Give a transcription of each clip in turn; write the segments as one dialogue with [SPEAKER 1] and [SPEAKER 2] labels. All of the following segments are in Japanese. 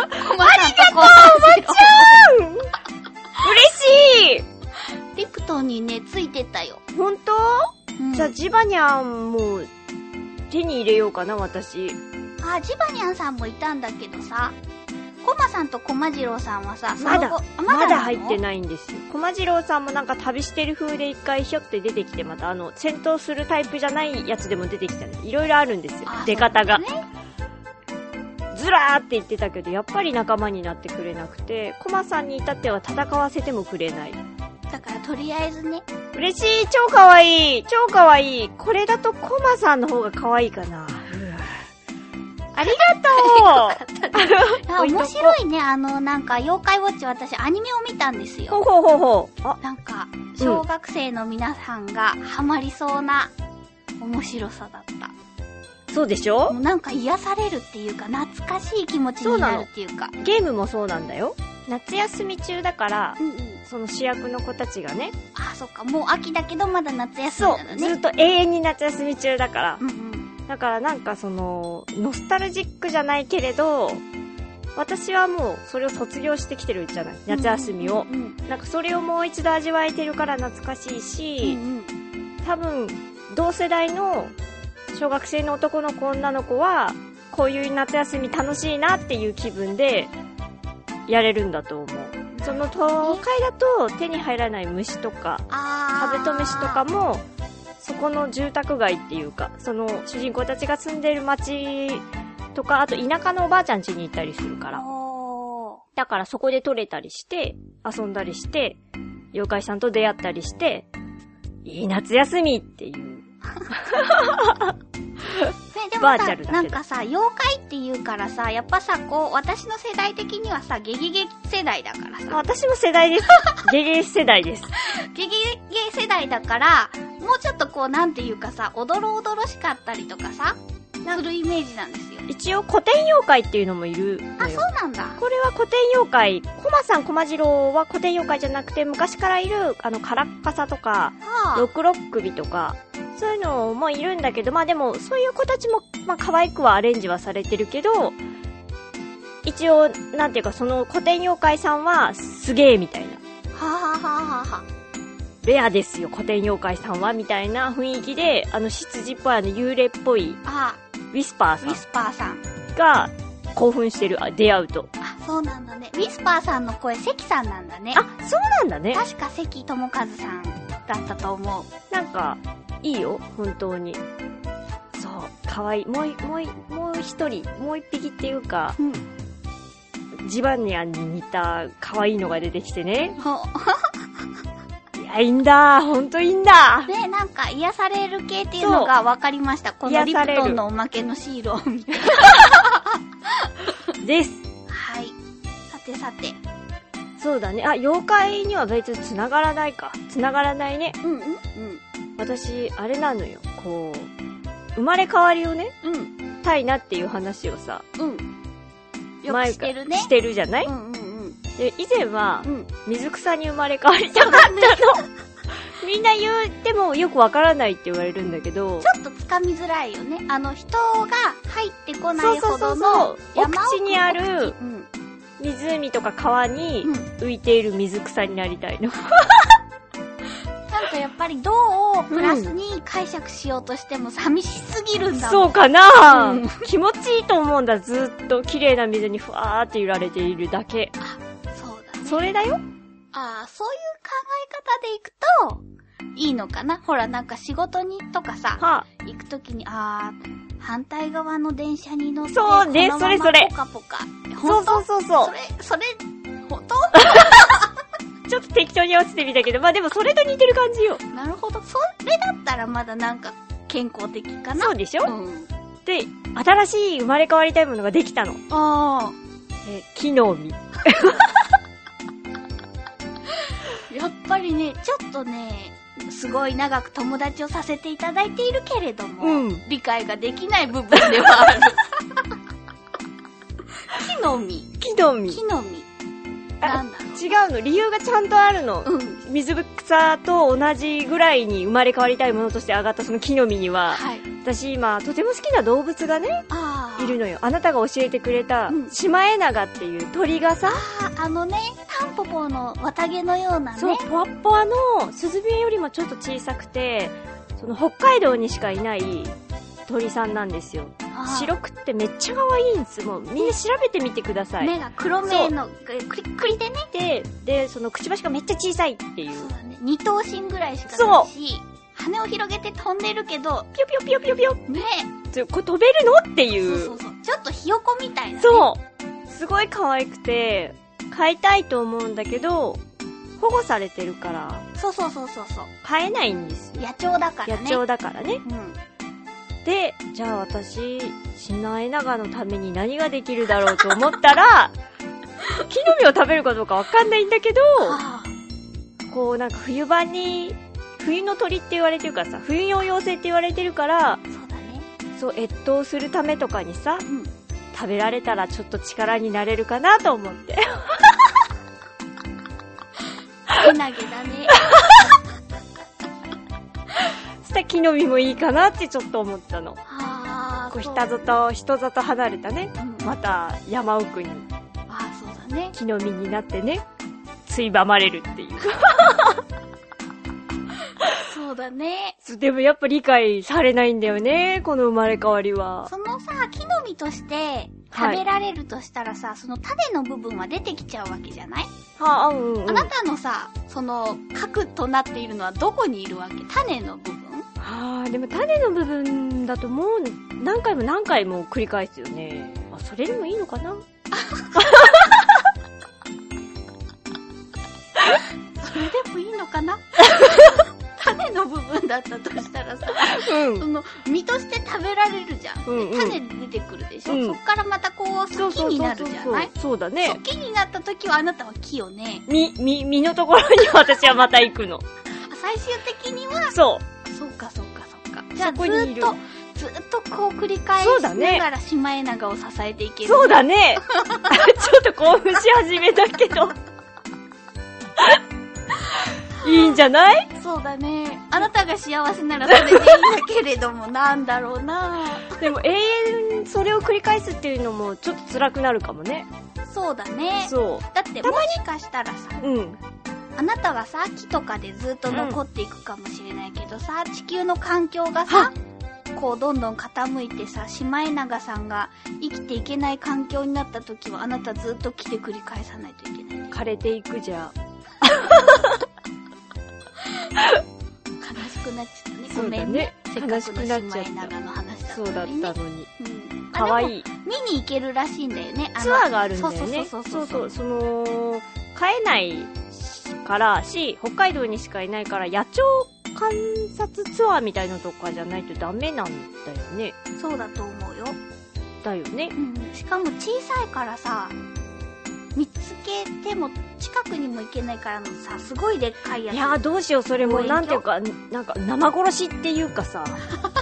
[SPEAKER 1] ばちゃんとこありがとう、おばち
[SPEAKER 2] ちゃん嬉しい
[SPEAKER 1] ゃんリプトンにね、ついてたよ。
[SPEAKER 2] 本当、
[SPEAKER 1] うん
[SPEAKER 2] じゃあ、ジバニャンも手に入れようかな、私。
[SPEAKER 1] あ、ジバニャンさんもいたんだけどさ、コマさんとコマジロウさんはさ、
[SPEAKER 2] ま
[SPEAKER 1] その
[SPEAKER 2] だ
[SPEAKER 1] 後、あ
[SPEAKER 2] まだ入って
[SPEAKER 1] い。
[SPEAKER 2] ないんですよ。駒次郎さんもなんか旅してる風で一回ひょって出てきて、またあの、戦闘するタイプじゃないやつでも出てきたね。いろいろあるんですよ
[SPEAKER 1] あ。
[SPEAKER 2] 出方が
[SPEAKER 1] そう。だね
[SPEAKER 2] ずらーって言ってたけど、やっぱり仲間になってくれなくて、駒さんに至っては戦わせてもくれない。
[SPEAKER 1] だからとりあえずね、
[SPEAKER 2] 嬉しい超かわいい超かわいいこれだとコマさんの方がかわいいかな。ありがと
[SPEAKER 1] あ
[SPEAKER 2] 置いとこ
[SPEAKER 1] 面白いね、あの、なんか、妖怪ウォッチ私アニメを見たんです
[SPEAKER 2] うほう
[SPEAKER 1] よ。
[SPEAKER 2] ほうほうほう。あ、
[SPEAKER 1] なんか、小学生の皆さんがハマりそうな面白さだった。
[SPEAKER 2] そうでしょ
[SPEAKER 1] もうなんか癒されるっていうか、懐かしい気持ちになるっていうか。
[SPEAKER 2] ゲームもそうなんだよ。夏休み中だから、
[SPEAKER 1] うんうん。
[SPEAKER 2] その主役の子たちがね、
[SPEAKER 1] あ、そっか。もう秋だけど、まだ夏休み
[SPEAKER 2] そ
[SPEAKER 1] なの
[SPEAKER 2] う、ずっ
[SPEAKER 1] ね。
[SPEAKER 2] と永遠に夏休み中だから
[SPEAKER 1] う。んうん。
[SPEAKER 2] だからなんかその、ノスタルジックじゃないけれど、私はもうそれを卒業してきてるじゃない夏休みを
[SPEAKER 1] う。ん
[SPEAKER 2] なんかそれをもう一度味わえてるから懐かし
[SPEAKER 1] う
[SPEAKER 2] い
[SPEAKER 1] ん。う
[SPEAKER 2] し、
[SPEAKER 1] ん
[SPEAKER 2] 多分同世代の小学生の男の子女の子はこういう夏休み楽しいなっていう気分でやれるんだと思う
[SPEAKER 1] うん。
[SPEAKER 2] その都会だと手に入らない虫とか
[SPEAKER 1] あ
[SPEAKER 2] カ
[SPEAKER 1] ー
[SPEAKER 2] ブトムシとかもそこの住宅街っていうかその主人公たちが住んでる町とかあと田舎のおばあちゃん家に行ったりするから
[SPEAKER 1] おー
[SPEAKER 2] だからそこで取れたりして、遊んだりして、妖怪さんと出会ったりして、いい夏休みっていう。
[SPEAKER 1] ね、で
[SPEAKER 2] バ
[SPEAKER 1] も
[SPEAKER 2] ーチ
[SPEAKER 1] さ
[SPEAKER 2] ャルだけ、ど
[SPEAKER 1] なんかさ、妖怪っていうからさ、やっぱさ、こう、私の世代的にはさ、ゲゲゲ世代だから
[SPEAKER 2] まあ
[SPEAKER 1] さ、
[SPEAKER 2] 私も世 代です。ゲゲ世代です。
[SPEAKER 1] ゲゲゲ世代だから、もうちょっとこう、なんていうかさ、おどろおどろしかったりとかさ、するイメージなんですよ。
[SPEAKER 2] 一応古典妖怪っていうのもいる
[SPEAKER 1] あ、そ
[SPEAKER 2] の
[SPEAKER 1] う
[SPEAKER 2] よ。
[SPEAKER 1] なんだ。
[SPEAKER 2] これは古典妖怪。コマさん、コマジロは古典妖怪じゃなくて、昔からいる、あの、カラッカサとか、
[SPEAKER 1] はあ
[SPEAKER 2] ロクロックビとか、そういうのもいるんだけど、まあでも、そういう子たちも、まあ可愛くはアレンジはされてるけど、一応、なんていうか、その古典妖怪さんは、すげえみたいな。
[SPEAKER 1] はあはあはあはあはあ
[SPEAKER 2] レアですよ、古典妖怪さんは、みたいな雰囲気で、あの、羊っぽい、あの、幽霊っぽい、
[SPEAKER 1] あ
[SPEAKER 2] ウィスパー
[SPEAKER 1] ウィスパーさん。
[SPEAKER 2] さんが、興奮してる、あ、出会うと。
[SPEAKER 1] あ、そうなんだね。ウィスパーさんの声、関さんなんだね。
[SPEAKER 2] あ、そうなんだね。
[SPEAKER 1] 確か関智和さんだったと思う。
[SPEAKER 2] なんか、いいよ、本当に。そう、可愛いもうい、もうい、もう一人、もう一匹っていうか、
[SPEAKER 1] うん。
[SPEAKER 2] ジバニアンに似た可愛いのが出てきてね。
[SPEAKER 1] ほ、
[SPEAKER 2] いや、いいんだ。ほんといいんだ。
[SPEAKER 1] ね、なんか癒される系っていうのが分かりました。このリプトンのおまけのシールを見て。
[SPEAKER 2] です。
[SPEAKER 1] はい。さてさて。
[SPEAKER 2] そうだね。あ、妖怪には別に繋がらないか。繋がらないね。
[SPEAKER 1] うんうん
[SPEAKER 2] 私、あれなのよ。こう、生まれ変わりをね、
[SPEAKER 1] うん。うん
[SPEAKER 2] たいなっていう話をさ、
[SPEAKER 1] うん。よく
[SPEAKER 2] 前
[SPEAKER 1] し
[SPEAKER 2] か
[SPEAKER 1] てるね。
[SPEAKER 2] してるじゃない、
[SPEAKER 1] うんうんうん。
[SPEAKER 2] で、以前は
[SPEAKER 1] う、ん。
[SPEAKER 2] 水草に生まれ変わりたかったの。 みんな言ってもよくわからないって言われるんだけど、
[SPEAKER 1] ちょっとつかみづらいよね。あの、人が入ってこな
[SPEAKER 2] そ
[SPEAKER 1] いうほ
[SPEAKER 2] そうそ
[SPEAKER 1] ど
[SPEAKER 2] うそ
[SPEAKER 1] の
[SPEAKER 2] う、お
[SPEAKER 1] 山奥
[SPEAKER 2] 口にある
[SPEAKER 1] 奥地うん。
[SPEAKER 2] 湖とか川に
[SPEAKER 1] うん。
[SPEAKER 2] 浮いている水草になりたいの。
[SPEAKER 1] なんかやっぱり銅をプラスに解釈しようとしても寂しすぎるんだもん。
[SPEAKER 2] そうかな、
[SPEAKER 1] うん
[SPEAKER 2] 気持ちいいと思うんだ、ずっと。綺麗な水にふわーって揺られているだけ。それだよ
[SPEAKER 1] ああ、そういう考え方でいくと、いいのかなほら、なんか仕事にとかさ、
[SPEAKER 2] はあ、
[SPEAKER 1] 行くときに、ああ、反対側の電車に乗って、
[SPEAKER 2] そうね
[SPEAKER 1] このまま
[SPEAKER 2] それそれ
[SPEAKER 1] ポカポカ。
[SPEAKER 2] そうそううそうそう
[SPEAKER 1] それ、それ、本
[SPEAKER 2] ちょっと適当に合わせてみたけど、まあでもそれと似てる感じよ。
[SPEAKER 1] 当なるほど。それだったらまだなんか健康的かな
[SPEAKER 2] そうでしょ、
[SPEAKER 1] うん。
[SPEAKER 2] で、新しい生まれ変わりたいものができたの。
[SPEAKER 1] あ
[SPEAKER 2] えー木の実。
[SPEAKER 1] あ、やっぱりね、ちょっとね、すごい長く友達をさせていただいているけれども、
[SPEAKER 2] うん
[SPEAKER 1] 理解ができない部分ではある。木の実。
[SPEAKER 2] 木の実
[SPEAKER 1] 木。の実。な
[SPEAKER 2] あ
[SPEAKER 1] んだろ
[SPEAKER 2] 違うの。理由がちゃんとあるの。
[SPEAKER 1] う。うん。
[SPEAKER 2] 水草と同じぐらいに生まれ変わりたいものとして上がったその木の実には、
[SPEAKER 1] はい。
[SPEAKER 2] 私今とても好きな動物がね、
[SPEAKER 1] ああ。
[SPEAKER 2] いるのよ。あなたが教えてくれた
[SPEAKER 1] うん、
[SPEAKER 2] シマエナガっていう鳥がさ、
[SPEAKER 1] ああのね、タンポポの綿毛のようなね。
[SPEAKER 2] そう、ぽわっぽわの、スズメよりもちょっと小さくて、その北海道にしかいない鳥さんなんですよ。
[SPEAKER 1] あー
[SPEAKER 2] 白くってめっちゃ可愛いんです。もうみんな調べてみてください。
[SPEAKER 1] 目が黒目の、くくりくりでね。
[SPEAKER 2] で、で、そのくちばしがめっちゃ小さいっていう
[SPEAKER 1] そう。だね。二頭身ぐらいしか
[SPEAKER 2] そ
[SPEAKER 1] な
[SPEAKER 2] う
[SPEAKER 1] いし、羽を広げて飛んでるけど、
[SPEAKER 2] ぴょぴょぴょぴょぴょっ
[SPEAKER 1] ね
[SPEAKER 2] て、これ飛べるのっ
[SPEAKER 1] え。
[SPEAKER 2] てい
[SPEAKER 1] そう
[SPEAKER 2] う。
[SPEAKER 1] そうそう。ちょっとひよこみたいな、ね。う。
[SPEAKER 2] そうすごい可愛くて、飼いたいと思うんだけど、保護されてるから、
[SPEAKER 1] そうそうそうそうそう。
[SPEAKER 2] 飼えないんですよ。
[SPEAKER 1] 野鳥だから
[SPEAKER 2] 野
[SPEAKER 1] ね。
[SPEAKER 2] 鳥だからね。
[SPEAKER 1] うん。
[SPEAKER 2] で、じゃあ私、シナエナガのために何ができるだろうと思ったら、木の実を食べるかどうかわかんないんだけど、
[SPEAKER 1] あ
[SPEAKER 2] こうなんか冬場に、冬の鳥って言われてるからさ、冬用妖精って言われてるから、
[SPEAKER 1] あ、そうだね。
[SPEAKER 2] そう、越冬するためとかにさ、
[SPEAKER 1] うん。
[SPEAKER 2] 食べられたらちょっと力になれるかなと思って。
[SPEAKER 1] けなげだね。
[SPEAKER 2] そしたら木の実もいいかなってちょっと思ったの。
[SPEAKER 1] ああ。
[SPEAKER 2] こう
[SPEAKER 1] そう
[SPEAKER 2] 人里、人里離れたね、
[SPEAKER 1] うん
[SPEAKER 2] また山奥に
[SPEAKER 1] ああ、そうだね。
[SPEAKER 2] 木の実になってね、ついばまれるっていう。
[SPEAKER 1] そうだね。
[SPEAKER 2] そうでもやっぱ理解されないんだよね、この生まれ変わりは。
[SPEAKER 1] そのさ、木の実として食
[SPEAKER 2] はい
[SPEAKER 1] べられるとしたらさ、その種の部分は出てきちゃうわけじゃない、
[SPEAKER 2] はあ、うんうん。
[SPEAKER 1] あなたのさ、その核となっているのはどこにいるわけ種の部分
[SPEAKER 2] はあ、でも種の部分だともう何回も何回も繰り返すよね。あ、それでもいいのかな
[SPEAKER 1] それでもいいの かな種の部分だったとしたらさ、
[SPEAKER 2] う
[SPEAKER 1] そ。の実として食べられるじゃん。で
[SPEAKER 2] うんうん
[SPEAKER 1] 種で出てくるでしょ、
[SPEAKER 2] うん
[SPEAKER 1] そっからまたこう、
[SPEAKER 2] そ
[SPEAKER 1] 木
[SPEAKER 2] うそう
[SPEAKER 1] に
[SPEAKER 2] そ
[SPEAKER 1] な
[SPEAKER 2] うそ
[SPEAKER 1] る
[SPEAKER 2] う
[SPEAKER 1] じゃない
[SPEAKER 2] そうだ
[SPEAKER 1] そ
[SPEAKER 2] ね
[SPEAKER 1] う。木になった時はあなたは木よね。
[SPEAKER 2] み、み、みのところに私はまた行くの。
[SPEAKER 1] あ最終的には、
[SPEAKER 2] そう。
[SPEAKER 1] そっかそっかそっか。じゃあ
[SPEAKER 2] そ
[SPEAKER 1] ず
[SPEAKER 2] こにい
[SPEAKER 1] ーっ
[SPEAKER 2] る
[SPEAKER 1] と、ずーっとこう繰り返し
[SPEAKER 2] そうだね
[SPEAKER 1] ながらシマエナガを支えていける。
[SPEAKER 2] そうだね。 ちょっと興奮し始めたけ ど。いいんじゃない
[SPEAKER 1] そうだね。あなたが幸せならそれでいいんだけれども、なんだろうな
[SPEAKER 2] でも永遠それを繰り返すっていうのもちょっと辛くなるかもね。
[SPEAKER 1] そうだね。
[SPEAKER 2] そ
[SPEAKER 1] だって、もしかしたらさ、
[SPEAKER 2] う。うん。
[SPEAKER 1] あなたはさ、木とかでずっと残っていくかもしれないけどさ、地球の環境がさ、こうどんどん傾いてさ、シマエナガさんが生きていけない環境になった時は、あなたずっと木で繰り返さないといけない。
[SPEAKER 2] 枯れていくじゃあ。
[SPEAKER 1] 悲しくなっちゃったね。
[SPEAKER 2] そ
[SPEAKER 1] ご
[SPEAKER 2] う
[SPEAKER 1] め
[SPEAKER 2] だ
[SPEAKER 1] んね
[SPEAKER 2] ね。。
[SPEAKER 1] せっか
[SPEAKER 2] 悲
[SPEAKER 1] く
[SPEAKER 2] し
[SPEAKER 1] の
[SPEAKER 2] く
[SPEAKER 1] シ
[SPEAKER 2] なっち
[SPEAKER 1] マ
[SPEAKER 2] ゃっ
[SPEAKER 1] エナガ
[SPEAKER 2] た。
[SPEAKER 1] の話だった
[SPEAKER 2] そ
[SPEAKER 1] の
[SPEAKER 2] うだっ
[SPEAKER 1] にね。
[SPEAKER 2] たのに。
[SPEAKER 1] うん。
[SPEAKER 2] かわ
[SPEAKER 1] い。
[SPEAKER 2] いい。
[SPEAKER 1] 見に行けるらしいんだよね。あの
[SPEAKER 2] ツアーがあるんだよね。
[SPEAKER 1] そうそうそう
[SPEAKER 2] そ
[SPEAKER 1] そうう。
[SPEAKER 2] その、飼えないからし、北海道にしかいないから、野鳥観察ツアーみたいのとかじゃないとダメなんだよね。
[SPEAKER 1] そうだと思うよ。
[SPEAKER 2] だよね。
[SPEAKER 1] うん。しかも小さいからさ、見つけても近くにも行けないからのさ、すごいでっかいやつ。
[SPEAKER 2] いやー、どうしよう、それ
[SPEAKER 1] 望
[SPEAKER 2] もう、
[SPEAKER 1] 遠鏡
[SPEAKER 2] なんていうか、なんか、生殺しっていうかさ、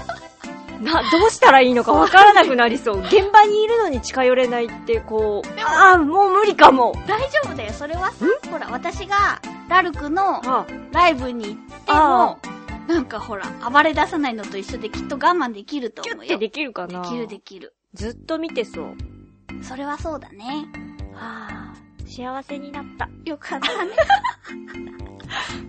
[SPEAKER 2] な、どうしたらいいのかわからなくなり そう。現場にいるのに近寄れないって、こう、ああ、もう無理かも。
[SPEAKER 1] 大丈夫だよ。それはさ、ほら、私が、ラルクの
[SPEAKER 2] あ
[SPEAKER 1] ライブに行って
[SPEAKER 2] あ
[SPEAKER 1] も、なんかほら、暴れ出さないのと一緒できっと我慢できると
[SPEAKER 2] キュ
[SPEAKER 1] 思う
[SPEAKER 2] ッ
[SPEAKER 1] よ。
[SPEAKER 2] て
[SPEAKER 1] で
[SPEAKER 2] できるかな
[SPEAKER 1] きるできる。
[SPEAKER 2] ずっと見てそう。
[SPEAKER 1] それはそうだね。
[SPEAKER 2] はあ、幸せになった。
[SPEAKER 1] よかったね。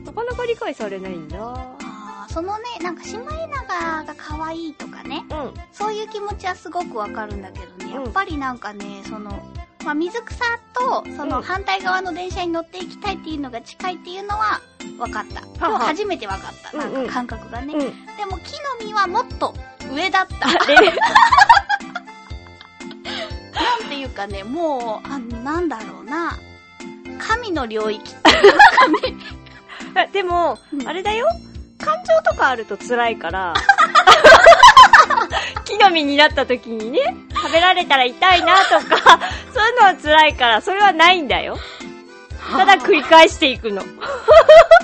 [SPEAKER 2] なかなか理解されないんだ。う
[SPEAKER 1] あーそのね、なんかシマエナガが可愛いとかね、
[SPEAKER 2] ん。
[SPEAKER 1] そういう気持ちはすごくわかるんだけどね、
[SPEAKER 2] う
[SPEAKER 1] や
[SPEAKER 2] ん
[SPEAKER 1] っぱりなんかね、その、まあ、水草とそうの
[SPEAKER 2] ん
[SPEAKER 1] 反対側の電車に乗っていきたいっていうのが近いっていうのは分かった
[SPEAKER 2] は
[SPEAKER 1] 今
[SPEAKER 2] は
[SPEAKER 1] 日初めて分かったなん
[SPEAKER 2] うんうん
[SPEAKER 1] か感覚がね、
[SPEAKER 2] うん。
[SPEAKER 1] でも木の実はもっと上だ った
[SPEAKER 2] あれ
[SPEAKER 1] なんていうかねもうあのなんだろうな神の領域
[SPEAKER 2] あで も
[SPEAKER 1] う、ん
[SPEAKER 2] あれだよ。感情とかあると辛い から。木の実になった時にね、食べられたら痛いなとか、そういうのは辛いから、それはないんだよ。ただ繰り返していくの。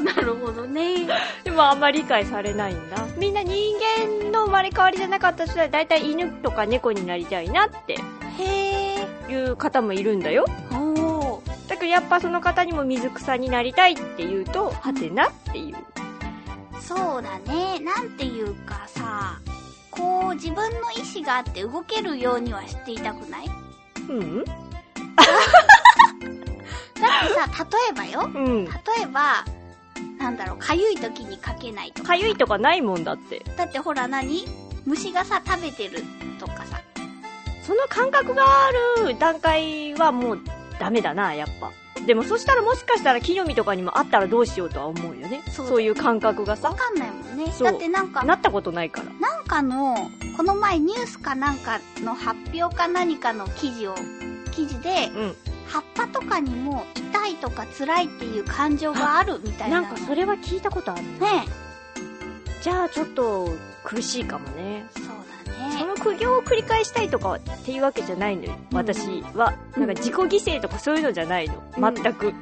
[SPEAKER 1] なるほどね
[SPEAKER 2] でもあんまり理解されないんだ。みんな人間の生まれ変わりじゃなかった人は大体犬とか猫になりたいなって
[SPEAKER 1] へえ
[SPEAKER 2] いう方もいるんだよ。
[SPEAKER 1] おおー
[SPEAKER 2] だけどやっぱその方にも水草になりたいって言うと、はてなっていう。
[SPEAKER 1] そうだねなんていうかさこう自分の意志があって動けるようにはしていたくないだ
[SPEAKER 2] うん
[SPEAKER 1] ってさ例 えばよ
[SPEAKER 2] うん。
[SPEAKER 1] 例えばなんだろうかゆい時にかけないとか
[SPEAKER 2] かゆいとかないもんだって。
[SPEAKER 1] だってほら何虫がさ食べてるとかさ
[SPEAKER 2] その感覚がある段階はもうダメだな、やっぱ。でもそしたらもしかしたら木の実とかにもあったらどうしようとは思うよね。
[SPEAKER 1] そ
[SPEAKER 2] そうう
[SPEAKER 1] だね
[SPEAKER 2] いう感覚が
[SPEAKER 1] わ
[SPEAKER 2] さ。
[SPEAKER 1] かんないもんね
[SPEAKER 2] そう
[SPEAKER 1] だってなんか
[SPEAKER 2] なったことないから。
[SPEAKER 1] なんかの、この前ニュースかなんかの発表か何かの記事を、記事で、
[SPEAKER 2] うん。
[SPEAKER 1] 葉っぱとかにも痛いとか辛いっていう感情があるみたい
[SPEAKER 2] な
[SPEAKER 1] な。
[SPEAKER 2] んかそれは聞いたことあるね。
[SPEAKER 1] ね
[SPEAKER 2] じゃあちょっと苦しいかもね。
[SPEAKER 1] えそう
[SPEAKER 2] そ
[SPEAKER 1] だね。
[SPEAKER 2] の苦行を繰り返したいとかっていうわけじゃないのよ。
[SPEAKER 1] うん
[SPEAKER 2] 私
[SPEAKER 1] う
[SPEAKER 2] は。
[SPEAKER 1] ん
[SPEAKER 2] なんか自己犠牲とかそういうのじゃないの。
[SPEAKER 1] うん
[SPEAKER 2] 全く。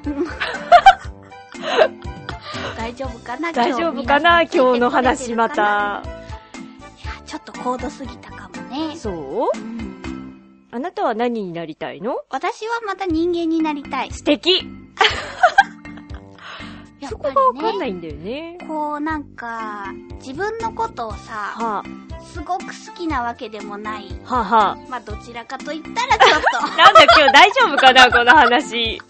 [SPEAKER 1] 大丈夫かな
[SPEAKER 2] 大丈夫かな今日の話ま。
[SPEAKER 1] 皆さん
[SPEAKER 2] た。
[SPEAKER 1] 聞いてくれてるかないや、ちょっと高度すぎたかもね。
[SPEAKER 2] そう
[SPEAKER 1] うん
[SPEAKER 2] あなたは何になりたいの
[SPEAKER 1] 私はまた人間になりたい。
[SPEAKER 2] 素敵
[SPEAKER 1] や
[SPEAKER 2] そ
[SPEAKER 1] っ
[SPEAKER 2] こ
[SPEAKER 1] ぱ
[SPEAKER 2] がわ
[SPEAKER 1] り
[SPEAKER 2] かん
[SPEAKER 1] ね。
[SPEAKER 2] ないんだよね。
[SPEAKER 1] こうなんか、自分のことをさ、
[SPEAKER 2] は
[SPEAKER 1] すごく好きなわけでもない。
[SPEAKER 2] あ、はあ、はあ。
[SPEAKER 1] まあどちらかと言ったらちょっと。
[SPEAKER 2] なんだ今日大丈夫かなこの話。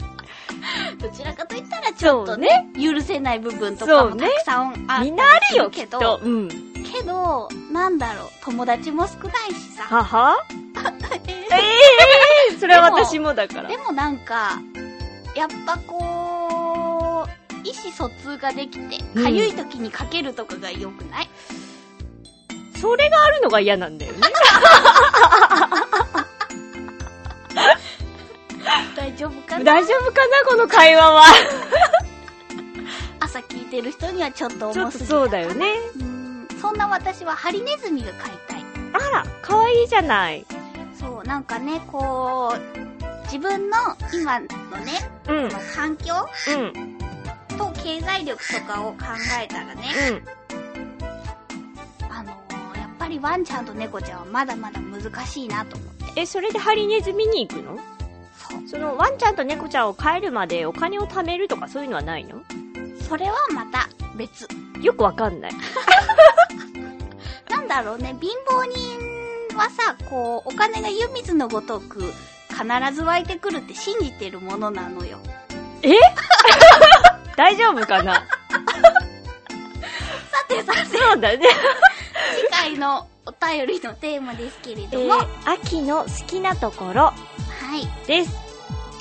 [SPEAKER 1] どちらかと言ったらちょっとね、許せない部分とか
[SPEAKER 2] そ
[SPEAKER 1] も
[SPEAKER 2] う
[SPEAKER 1] た
[SPEAKER 2] ね
[SPEAKER 1] くさんあ
[SPEAKER 2] みんなあるよ、
[SPEAKER 1] す
[SPEAKER 2] き
[SPEAKER 1] る
[SPEAKER 2] っ
[SPEAKER 1] けど
[SPEAKER 2] と。うん。
[SPEAKER 1] けど、なんだろう、友達も少ないしさ。
[SPEAKER 2] はは ええー、それは私もだから
[SPEAKER 1] で。もなんか、やっぱこう、意思疎通ができて、
[SPEAKER 2] うん
[SPEAKER 1] かゆい時にかけるとかが良くない、
[SPEAKER 2] それ があるのが嫌なんだよね。
[SPEAKER 1] 大丈夫かな
[SPEAKER 2] 大丈夫かなこの会話 は。
[SPEAKER 1] 朝聞いてる人にはちょっと
[SPEAKER 2] ちょ
[SPEAKER 1] 重
[SPEAKER 2] っと
[SPEAKER 1] すぎた
[SPEAKER 2] そうだよね。
[SPEAKER 1] うんそんな私はハリネズミが飼いたい。
[SPEAKER 2] あら、かわいいじゃない。
[SPEAKER 1] そう、なんかね、こう、自分の今のね、
[SPEAKER 2] うん、うん、うん
[SPEAKER 1] その環境、と経済力とかを考えたらね、あのー、やっぱりワンちゃんと猫ちゃんはまだまだ難しいなと思って。
[SPEAKER 2] え、それでハリネズミに行くの
[SPEAKER 1] そう。
[SPEAKER 2] その、ワンちゃんと猫ちゃんを帰るまでお金を貯めるとかそういうのはないの
[SPEAKER 1] それはまた別。
[SPEAKER 2] よくわかんない。
[SPEAKER 1] なんだろうね、貧乏人はさ、こう、お金が湯水のごとく必ず湧いてくるって信じてるものなのよ。
[SPEAKER 2] 大丈夫か な
[SPEAKER 1] さてさて、
[SPEAKER 2] そうだね。
[SPEAKER 1] 次回のお便りのテーマですけれ
[SPEAKER 2] え
[SPEAKER 1] ども、
[SPEAKER 2] ー、秋の好きなところ
[SPEAKER 1] はい。
[SPEAKER 2] です。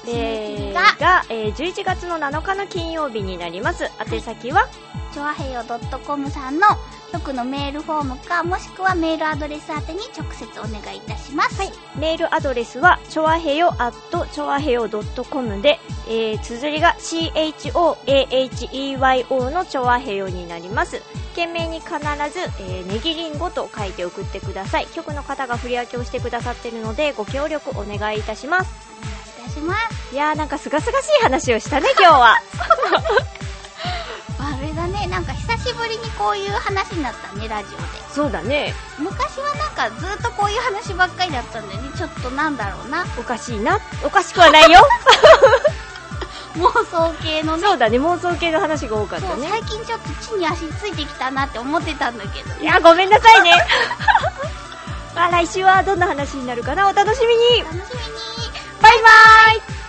[SPEAKER 1] 締め切りが
[SPEAKER 2] えーえー11月の7日の金曜日になります。宛先は、
[SPEAKER 1] チョアヘヨドットコムさんの局のメールフォームか、もしくはメールアドレス宛てに直接お願いいたします。はい。
[SPEAKER 2] メールアドレスは、ちょわへよ at ちょわへよ .com で、えー、綴りが CHOAHEYO のちょわへよになります。件名に必ず、えー、ネギリンゴと書いて送ってください。局の方が振り分けをしてくださってるので、ご協力お願いいたします。
[SPEAKER 1] お願いいたします。
[SPEAKER 2] いやーなんかすがすがしい話をしたね、今日は。
[SPEAKER 1] あれだね、なんか久しぶりにこういう話になったね、ラジオで。
[SPEAKER 2] そうだね。
[SPEAKER 1] 昔はなんかずっとこういう話ばっかりだったんだよね。ちょっとなんだろうな。
[SPEAKER 2] おかしいな。おかしくはないよ。
[SPEAKER 1] 妄想系のね。
[SPEAKER 2] そうだね、妄想系の話が多かっ
[SPEAKER 1] そ
[SPEAKER 2] た
[SPEAKER 1] う、
[SPEAKER 2] ね。
[SPEAKER 1] 最近ちょっと地に足ついてきたなって思ってたんだけど。
[SPEAKER 2] いや、ごめんなさいね。 まあ、来週はどんな話になるかなお楽しみに
[SPEAKER 1] 楽しみに
[SPEAKER 2] バイバーイ